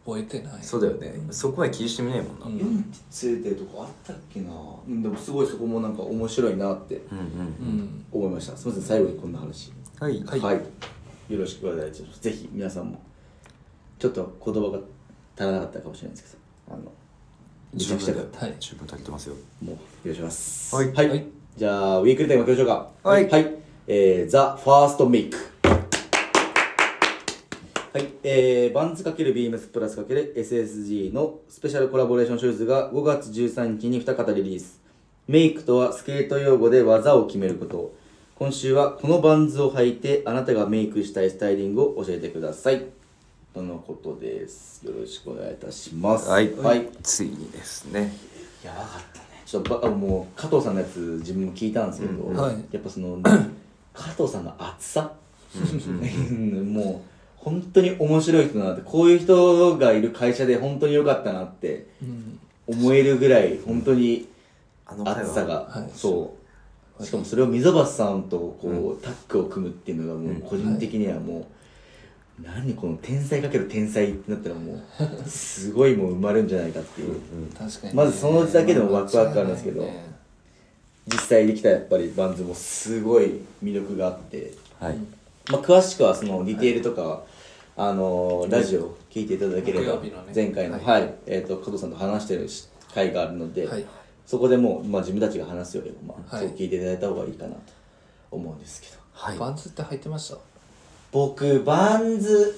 S2: 覚えてない
S5: そうだよねそこまで気にしてみないもんな
S2: う
S1: い、
S2: ん
S1: 4ってついてるとこあったっけなうんでもすごいそこもなんか面白いなって
S5: うんうん
S2: うん
S1: 思いましたすみません最後にこんな話
S5: はい
S1: はい、よろしくお願いしますぜひ皆さんもちょっと言葉が足らなかったかもしれないですけどあのめちゃくちゃ
S2: はい
S5: 十分足りてますよ
S1: もうお願いします
S5: はい
S2: はい
S1: じゃあウィークリーテーマいきましょうか
S5: はい
S1: はいえー、ザ・ファーストメイクはいえー、バンズ×ビームスプラス ×SSG のスペシャルコラボレーションシューズが5月13日に2方リリースメイクとはスケート用語で技を決めること今週はこのバンズを履いてあなたがメイクしたいスタイリングを教えてくださいとのことですよろしくお願いいたします
S5: はい、
S1: はい、
S5: ついにですね
S1: やばかったねちょっとばあもう加藤さんのやつ自分も聞いたんですけど、
S2: はい
S1: やっぱその加藤さんの熱 さもう本当に面白い人だなってこういう人がいる会社で本当に良かったなって
S2: うん
S1: 思えるぐらい本当に
S5: あの回は
S1: 熱さが、
S2: はい
S1: そうしかもそれを溝端さんとこう、タッグを組むっていうのがもう個人的にはもう、何この天才かける天才ってなったらもうすごいもう生まれるんじゃないかっていう、
S2: 確かにね、
S1: まずそのうちだけでもワクワクあるんですけど
S2: 間違いないね
S1: 実際できたやっぱりバンズもすごい魅力があって、
S5: はい
S1: まあ、詳しくはそのディテールとかは、あのーラジオを聞いていただければ、
S2: 木曜日のね
S1: 前回の、
S2: は
S1: はいえー、と加藤さんと話してるし回があるので、
S2: はい
S1: そこでもう、まあ、自分たちが話すよりも、まあ
S2: はい
S1: そう聞いていただいた方がいいかなと思うんですけど
S2: バンズって入ってました
S1: 僕バンズ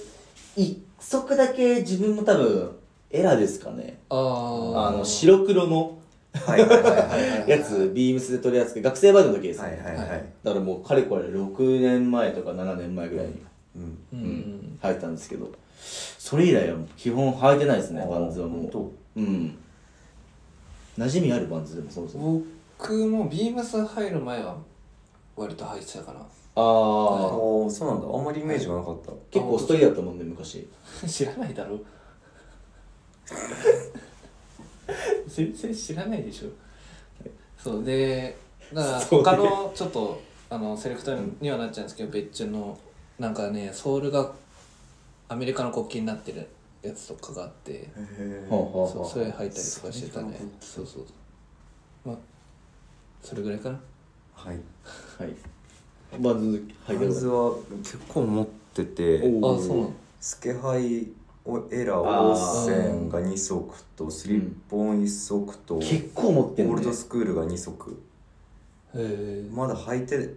S1: 一足だけ自分も多分エラですかね
S2: あー
S1: あの白黒の
S5: はいはいはいはい
S1: やつビームスで取り扱い学生バイトの時ですね、
S5: はいはいはい
S1: だからもうかれこれ6年前とか7年前ぐらいに
S5: うん
S2: うん
S1: 入ったんですけどそれ以来はもう基本履いてないですねバンズは
S5: 本
S1: も
S5: 当
S1: ううん馴染みあるバンズでもそもそも
S2: 僕もビームス入る前は割と入ってたかな
S1: ああ
S5: ああそうなんだあんまりイメージがなかった
S1: 結構ストリートだったもんね昔
S2: 知らないだろ全然知らないでしょそうでだから
S1: そうね
S2: 他のちょっとあのセレクターにはなっちゃうんですけど、別注のなんかねソールがアメリカの国旗になってるやつとかがあって
S1: はあはあ
S2: そう
S1: は
S2: それ履いたりとかしてたねそうそうまあそれぐらいかな
S5: はい
S1: あはいバンズ履いて
S5: バン
S1: る
S5: ズは結構持ってて
S1: お
S2: あそうなの
S5: スケハイエラーオーセンが2足とスリッポン1足とオ
S1: 結構持ってん
S5: ール
S1: ね
S5: ドスクールが2足
S2: へえ
S5: まだ履いて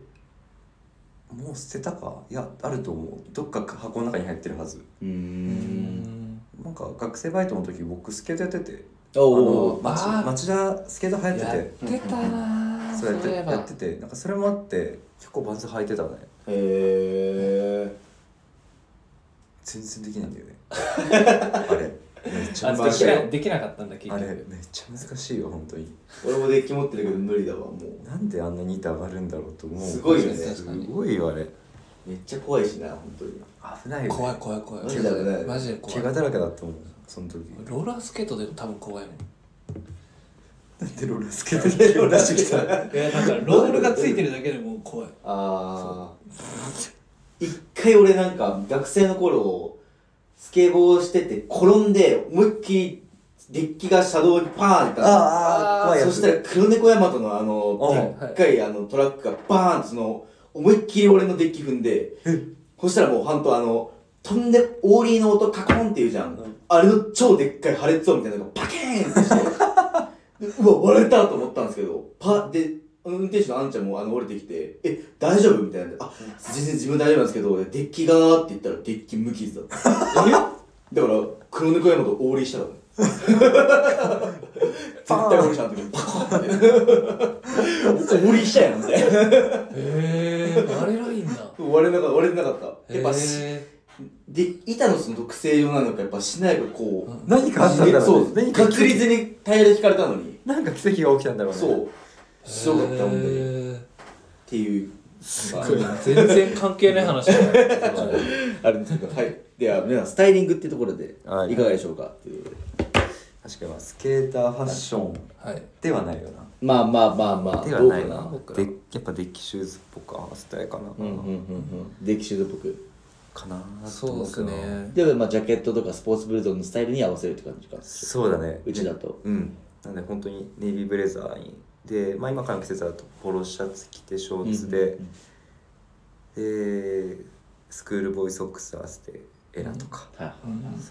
S5: もう捨てたかいやあると思うどっか箱の中に入ってるはず
S1: うーん
S5: なんか学生バイトの時僕スケートやってて
S1: お
S5: あ
S1: お
S5: の
S1: ー
S5: 町
S2: あー
S5: 町田スケート流行って
S2: やっててたなー
S5: そうやって
S2: いえば
S5: やっててなんかそれもあって結構バンズ履いてたね
S1: へえ
S5: 全然できないんだよねあれめっちゃ
S2: あ
S5: 難
S2: で
S5: しい
S2: きなできなかったんだ結
S5: あれめっ
S2: 局
S5: ちゃ難しいよ本当に
S1: 俺もデッキ持ってるけど無理だわもう
S5: なんであんなに板上がるんだろうと思う
S1: すごいよね
S5: すごいよあれ
S1: めっちゃ怖いしな本当に
S5: 危ないよ、ね、
S2: 怖い怖い怖い
S1: マジだよね
S2: マジで怖
S5: 怪
S2: い
S5: 我だらけだったもんその時
S2: ローラースケートでも多分怖いもん
S5: なんでロールスケートで出してきた
S2: いやなんかロールがついてるだけでもう怖い
S1: ああ一回俺なんか学生の頃スケボーしてて転んで思いっきりデッキが車道にパーンってあ
S5: あー怖いや
S1: そ
S5: つ
S1: したら黒猫大和のあの
S5: あ
S1: でっかいあのトラックがバーンってその思いっきり俺のデッキ踏んでそしたらもうほんとあの飛んでオーリーの音カコンって言うじゃん、あれの超でっかい破裂音みたいなのがパケーンってしてでうわ割れたと思ったんですけどパで運転手のあんちゃんもあの降りてきて「え大丈夫?」みたいなんで「あ全然自分大丈夫なんですけどデッキが」って言ったらデッキ無傷だったえだから黒猫山とオーリーしたからね絶対オーリーしたの時にパコーンってオーリーしたやんみたいな
S2: へえ割れないんだ
S1: 割れなかった割れてなかったやっぱし
S2: へ
S1: で板のその特性用なのかやっぱしないがこう、
S5: 何かあったんだろ
S1: そう
S5: う
S1: です
S5: 何か
S1: 確率にタイヤで引かれたのに、
S5: なんか奇跡が起きたんだろうね
S1: そうすごかった本当にっ
S2: え
S1: ていうすごい
S2: 全然関係ない話だね
S1: あるんですけどはいでは皆さんスタイリングってところで
S5: はい
S1: いかがでしょうかっていう
S5: 確かにまあスケーターファッション
S2: はい
S5: ではないよな
S1: まあまあまあまあ
S5: ではない
S1: どう
S5: な
S1: か
S2: 僕ら
S5: でやっぱデッキシューズっぽく合わせたいかな、
S1: うんうんうんうんデッキシューズっぽく
S5: かなと
S2: そうで
S5: 思うけ
S2: す
S5: ど
S2: ね
S1: でまあジャケットとかスポーツブルゾンのスタイルに合わせるって感じか
S5: そうだね
S1: うちだと
S5: うんなんで本当にネイビーブレザーにで、まあ、今からの季節だとポロシャツ着てショーツで、でスクールボーイソックス合わせてエラとか、
S1: はい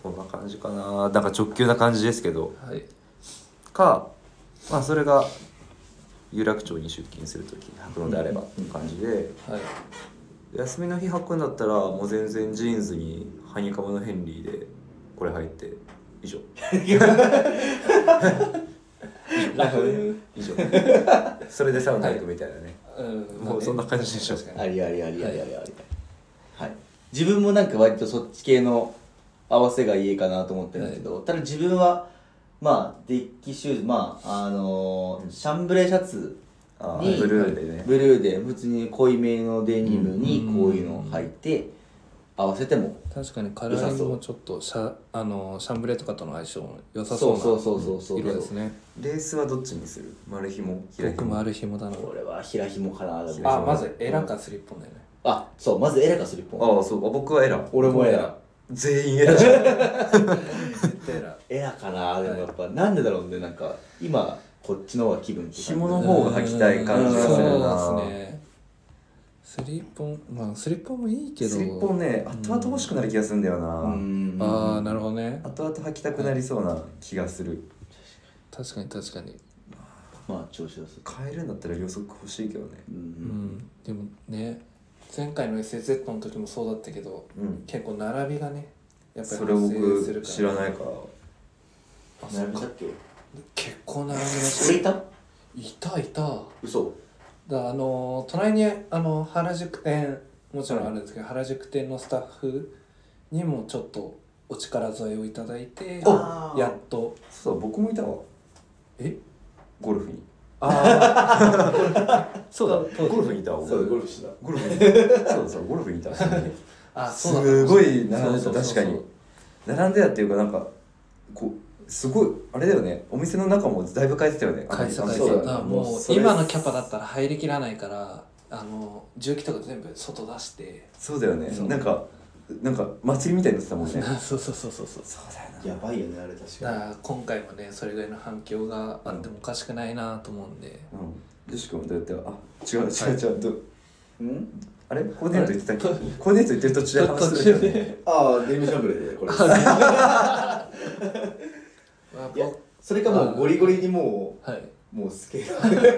S5: そんな感じかななんか直球な感じですけど
S2: はい
S5: か、まあ、それが有楽町に出勤する時に履くのであればっていう感じで、
S2: はい
S5: 休みの日履くんだったらもう全然ジーンズにハニカムのヘンリーでこれ履いて以上以上それでサウナ行くみたいなね、
S2: うん
S5: もうそんな感じでしょ
S2: 確かに
S1: ありありありありありありはい自分もなんか割とそっち系の合わせがいいかなと思ってるんですけど、ただ自分はまあデッキシューズまああのーシャンブレーシャツ
S5: あ
S1: に
S5: ーブルーでね
S1: ブルーで普通に濃いめのデニムにこういうのを履いて合わせても
S2: 確かにカラーリングもちょっとシャあのシャンブレとかとの相性も良さそうな
S1: そうそうそうそうそう
S2: 色ですね
S5: レースはどっちにする丸ひも開ひ
S2: 僕も
S5: も
S2: ある紐だな
S1: これは平紐かな
S5: ひも
S2: あまずエラかスリッポンだよね
S1: あそうまずエラかスリッポン
S5: ああそうあ僕はエラ
S1: 俺もエラ
S5: 全員エラじゃん
S2: 絶対エラ
S1: エラかなでもやっぱなんでだろうねなんか今こっちの方が気分って感じ
S5: 紐の方が履きたい感じがするな
S2: そうですねスリッポンまあスリッポンもいいけど
S5: スリッポンね後々欲しくなる気がするんだよな、
S1: うん
S2: ああなるほどね
S5: 後々履きたくなりそうな気がする
S2: 確かに確かに
S1: まあ調子です
S5: 買えるんだったら予測欲しいけどね
S2: うん、でもね前回の SZ の時もそうだったけど
S5: うん
S2: 結構並びがねやっぱり
S5: それ僕
S2: 発生
S5: 知らないから
S2: あそっ
S1: 並び
S2: か
S1: たっけ
S2: 結構並びま
S1: 俺
S2: し
S1: いた
S2: いたいただか
S1: 嘘
S2: らあのー隣にあの原宿店もちろんあるんですけど、原宿店のスタッフにもちょっとお力添えをいただいて
S1: あー
S2: やっと
S5: そうだ僕もいたわ
S2: え
S5: ゴルフに
S2: あ
S5: そうだゴルフにいたわ
S1: そうだゴル
S5: フ
S1: フしてた
S5: ゴルフにそうだそうだゴルフにいた
S2: ーあそうだ
S5: すごい並んで
S2: そ
S5: た
S2: うそうそう
S5: 確かに並んでたっていうかなんかこうすごいあれだよねお店の中もだいぶ変えてたよね
S2: 会社
S5: あの
S2: 会
S5: そう
S2: 社
S5: だ
S2: だ
S5: ね
S2: もう
S5: それ
S2: 今のキャパだったら入りきらないからあの重機とか全部外出して
S5: そうだよね
S2: そう
S5: なんかなんか祭りみたいになってたもんね
S2: そうそうそうそうそう
S5: そうだよ
S1: や
S5: な
S1: ばいよねあれ確
S2: だか
S1: から
S2: 今回もねそれぐらいの反響があってもおかしくないなと思うんで、
S5: うん、よし君もどうやってあ違う違う違う、ど
S1: にうん
S5: あれコーディネート言ってたっけコーディネート言ってる途中で話するよね
S1: ああデニムシャンブレーでこれ
S2: まあ 僕
S1: いやそれかもうゴリゴリにも
S2: はい、
S1: うもうスケール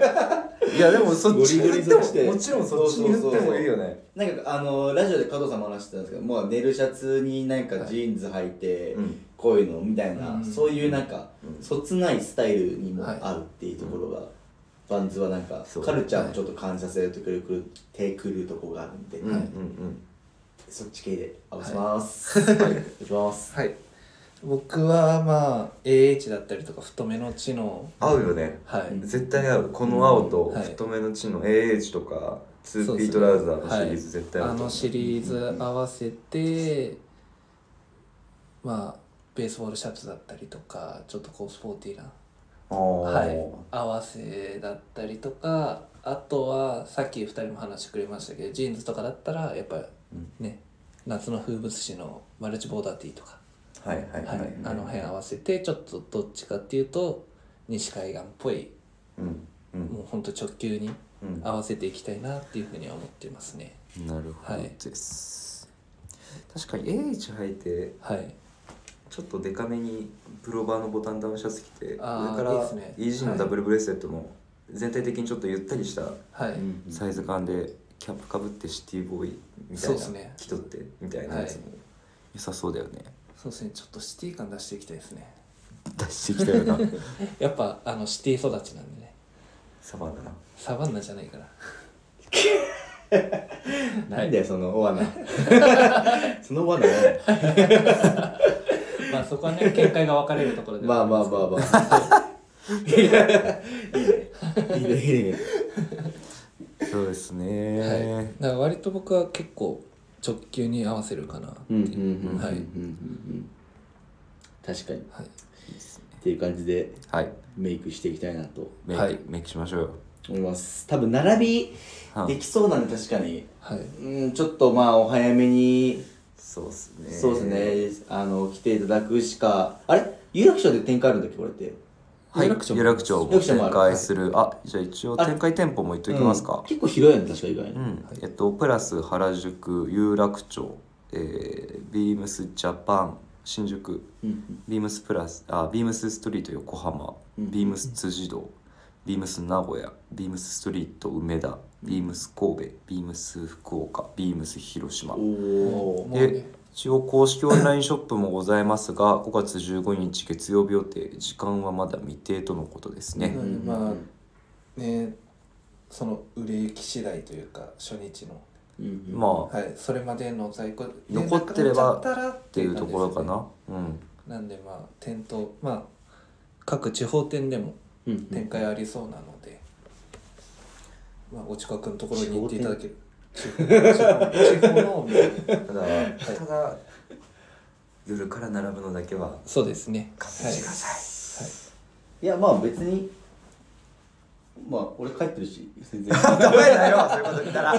S5: いやでもそっちに
S1: ゴリゴリ
S5: 振って
S1: として
S5: ももちろんそっちに振ってもいいよね
S1: なんかあのラジオで加藤さんも話してたんですけど、まあ、ネルシャツになんかジーンズ履いて、
S5: うん
S1: こういうのみたいな、
S2: うん
S1: そういうなんか、
S5: うん
S1: そつないスタイルにも
S2: はい
S1: 合うっていうところが、バンズはなんか
S5: そう
S1: カルチャーもちょっと感じさせてくれる、てくるとこがあるんで、
S5: うんうんうん
S1: そっち系で合わせます、はい、お願いします
S2: はい、僕はまあ AH だったりとか太めの知能
S5: 合うよね
S2: はい、
S1: うん
S5: 絶対合うこの青と
S2: はい
S5: 太めのチの AH とか 2P
S2: そ
S5: ト
S2: う
S5: ラ
S2: で
S5: ウ
S2: すね
S5: ザーのシリーズ絶対合う
S2: あのシリーズ合わせてまあベースボールシャツだったりとかちょっとこうスポーティーな
S5: ああ、
S2: はい、合わせだったりとかあとはさっき2人も話してくれましたけどジーンズとかだったらやっぱりね、夏の風物詩のマルチボーダーティーとか、
S5: はいはい
S2: は
S5: はいい
S2: あの辺合わせてちょっとどっちかっていうと西海岸っぽい
S5: うんうん
S2: もうほんと直球に
S5: うん
S2: 合わせていきたいなっていうふうには思ってますね
S5: なる
S2: ほどはい
S5: です、確かに AH 履いて
S2: はい
S5: ちょっとデカめにプロバーのボタンダウンシャツ着て上か
S2: あー
S5: ら
S2: いいですね
S5: EG
S2: は
S5: の
S2: い
S5: ダブルブレスレットも全体的にちょっとゆったりした
S2: はい、
S5: サイズ感でキャップかぶってシティボーイみた
S2: そう
S5: い
S2: っ
S5: な
S2: すね
S5: 着とってみたいなやつも良さそうだよね
S2: そうですねちょっとシティ感出していきたいですね
S5: 出してきたよ な
S2: やっぱあのシティ育ちなんでね
S5: サバンナな
S2: サバンナじゃないから
S1: なんだよその罠その罠なんだよ
S2: まあそこはね見解が分かれるところで
S1: まあまあまあまあいやいいねいいねいいね
S5: そうですね
S2: はい、だから割と僕は結構直球に合わせるかなって
S1: うん
S2: いう
S1: んうんう
S2: う、
S1: んうんうんうん
S2: はい
S1: 確かにっ
S2: はい、
S1: ていう感じで
S5: はい、
S1: メイクしていきたいなと
S5: メイク、
S2: はい
S5: メイクしましょうよ
S1: 思います多分並
S5: は
S1: び
S5: い
S1: できそうなんで確かに
S2: はい、
S1: うんちょっとまあお早めに
S5: そうっすね
S1: そうですねあの来ていただくしかあれ有楽町で展開あるんだっけこれって
S5: はい、
S2: 有楽町も
S5: 有楽町
S1: 有
S5: も
S1: 楽町もあ
S5: 展
S1: る
S5: 開する、あじゃあ一応展開店舗も言っときます
S1: うん
S5: か、
S1: 結構広いよね確か意外に
S5: うんえっとプラス原宿有楽町、えー、ビームスジャパン新宿、ビームスプラスあビームスストリート横浜、ビームス辻堂ビームス名古屋ビームスストリート梅田ビームス神戸ビームス福岡ビームス広島
S1: お
S2: もう
S5: で
S2: ね
S5: 一応公式オンラインショップもございますが5月15日月曜日予定時間はまだ未定とのことですね、
S2: なのでまあねその売れ行き次第というか初日の、
S5: まあ、
S2: はい、それまでの在庫で
S5: 残ってれ
S2: な
S5: ば
S2: くなっちゃったらっ
S5: っていうところか
S2: 感
S5: な、うん
S2: じですねなんでまあ店頭まあ各地方店でも
S1: うん
S2: 展開ありそうなので、まあ、お近くのところに行っていただける地方地方のみたいな
S5: ただ、ただ夜から並ぶのだけは
S2: そうですね
S5: 勘弁してください、
S8: いやまあ別にまあ俺帰ってるし全然
S5: ダメだよそういうこと言ったら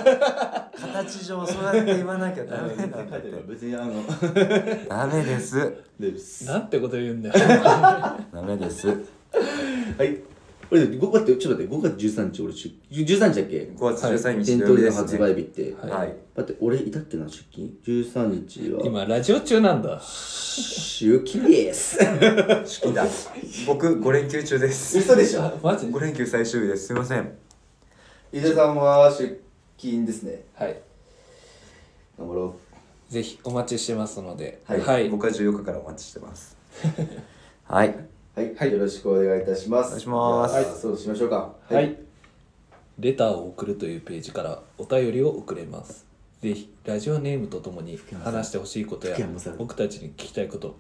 S5: 形上そうやって言わなきゃダメなんだっ
S8: 帰ってる
S5: て
S8: 別に あの
S5: ダメです
S8: です
S2: はい、なんてこと言うんだよ
S5: ダメです5
S8: はい俺5月ってちょっと待って5月13日俺出13日だっけ
S5: 月13日
S8: 伝
S5: 土曜
S8: 統で
S5: 日で
S8: の
S5: す
S8: 発
S5: ね
S8: 売日って、
S2: はい
S5: はい
S8: 待って俺いたっけな出勤13日は
S2: 今ラジオ中なんだ
S8: 出勤です
S5: 式だ僕5連休中で す
S1: 嘘でしょ
S2: マジ
S5: 5連休最終日ですすいません
S1: 伊沢さんは出勤ですね
S2: はい
S1: 頑張ろ
S2: ぜひお待ちしてますのでは
S5: はい、
S2: はい、
S5: 僕は14日からお待ちしてますはい
S1: ははい、よろしくお願いいたします
S5: お願いします
S1: はい、そうしましょうか
S2: はいレターを送るというページからお便りを送れますぜひラジオネームとともに話してほしいことや
S8: 福山さん
S2: 僕たちに聞きたいこと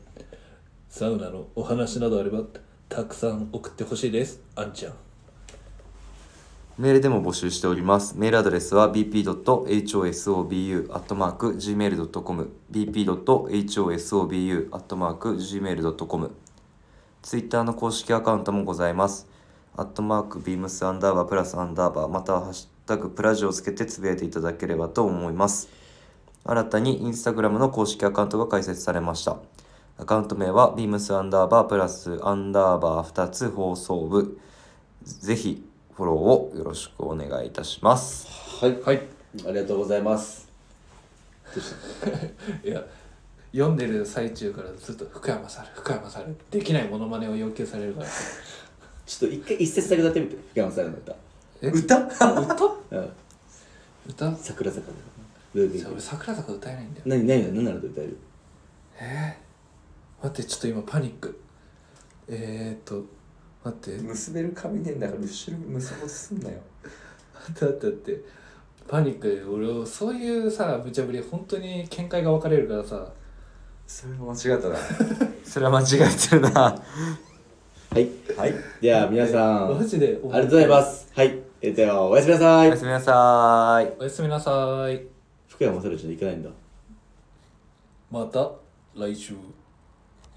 S2: サウナのお話などあればたくさん送ってほしいですあんちゃん
S5: メールでも募集しております。メールアドレスは bp.hosobu.gmail.com bp.hosobu.gmail.com ツイッターの公式アカウントもございます。アットマークビームスアンダーバープラスアンダーバーまたはハッシュタグプラジをつけてつぶやいていただければと思います。新たにインスタグラムの公式アカウントが開設されました。アカウント名は beams アンダーバープラスアンダーバー2つ放送部。ぜひフォローをよろしくお願いいたします。
S8: はい、はい、ありがとうございます
S2: いや読んでる最中からずっと福山猿福山猿できないモノマネを要求されるから
S8: ちょっと一回一節だけ歌ってみて福山さんの歌
S2: え歌歌
S8: うん
S2: 歌
S8: 桜坂のルービ
S2: じゃあ
S8: ー
S2: 俺桜坂歌えないんだよ
S8: 何何何ならと歌える
S2: えー、待ってちょっと今パニックえー、っと待って
S5: 結べる髪ねんだから後ろに結ぼうとすんなよ。
S2: だってだってパニックで俺をそういうさ無茶ぶり本当に見解が分かれるからさ
S5: それは間違ったな。 それは間違えてるな。
S8: はい
S5: はい。
S8: では皆さんあ
S2: マ
S8: り
S2: ジで
S8: がとうございますはいえーではおやすみなさ
S5: お
S8: い
S5: やすみなさーい。
S2: おやすみなさい
S8: 福山雅治ちゃん行かないんだ
S2: また来週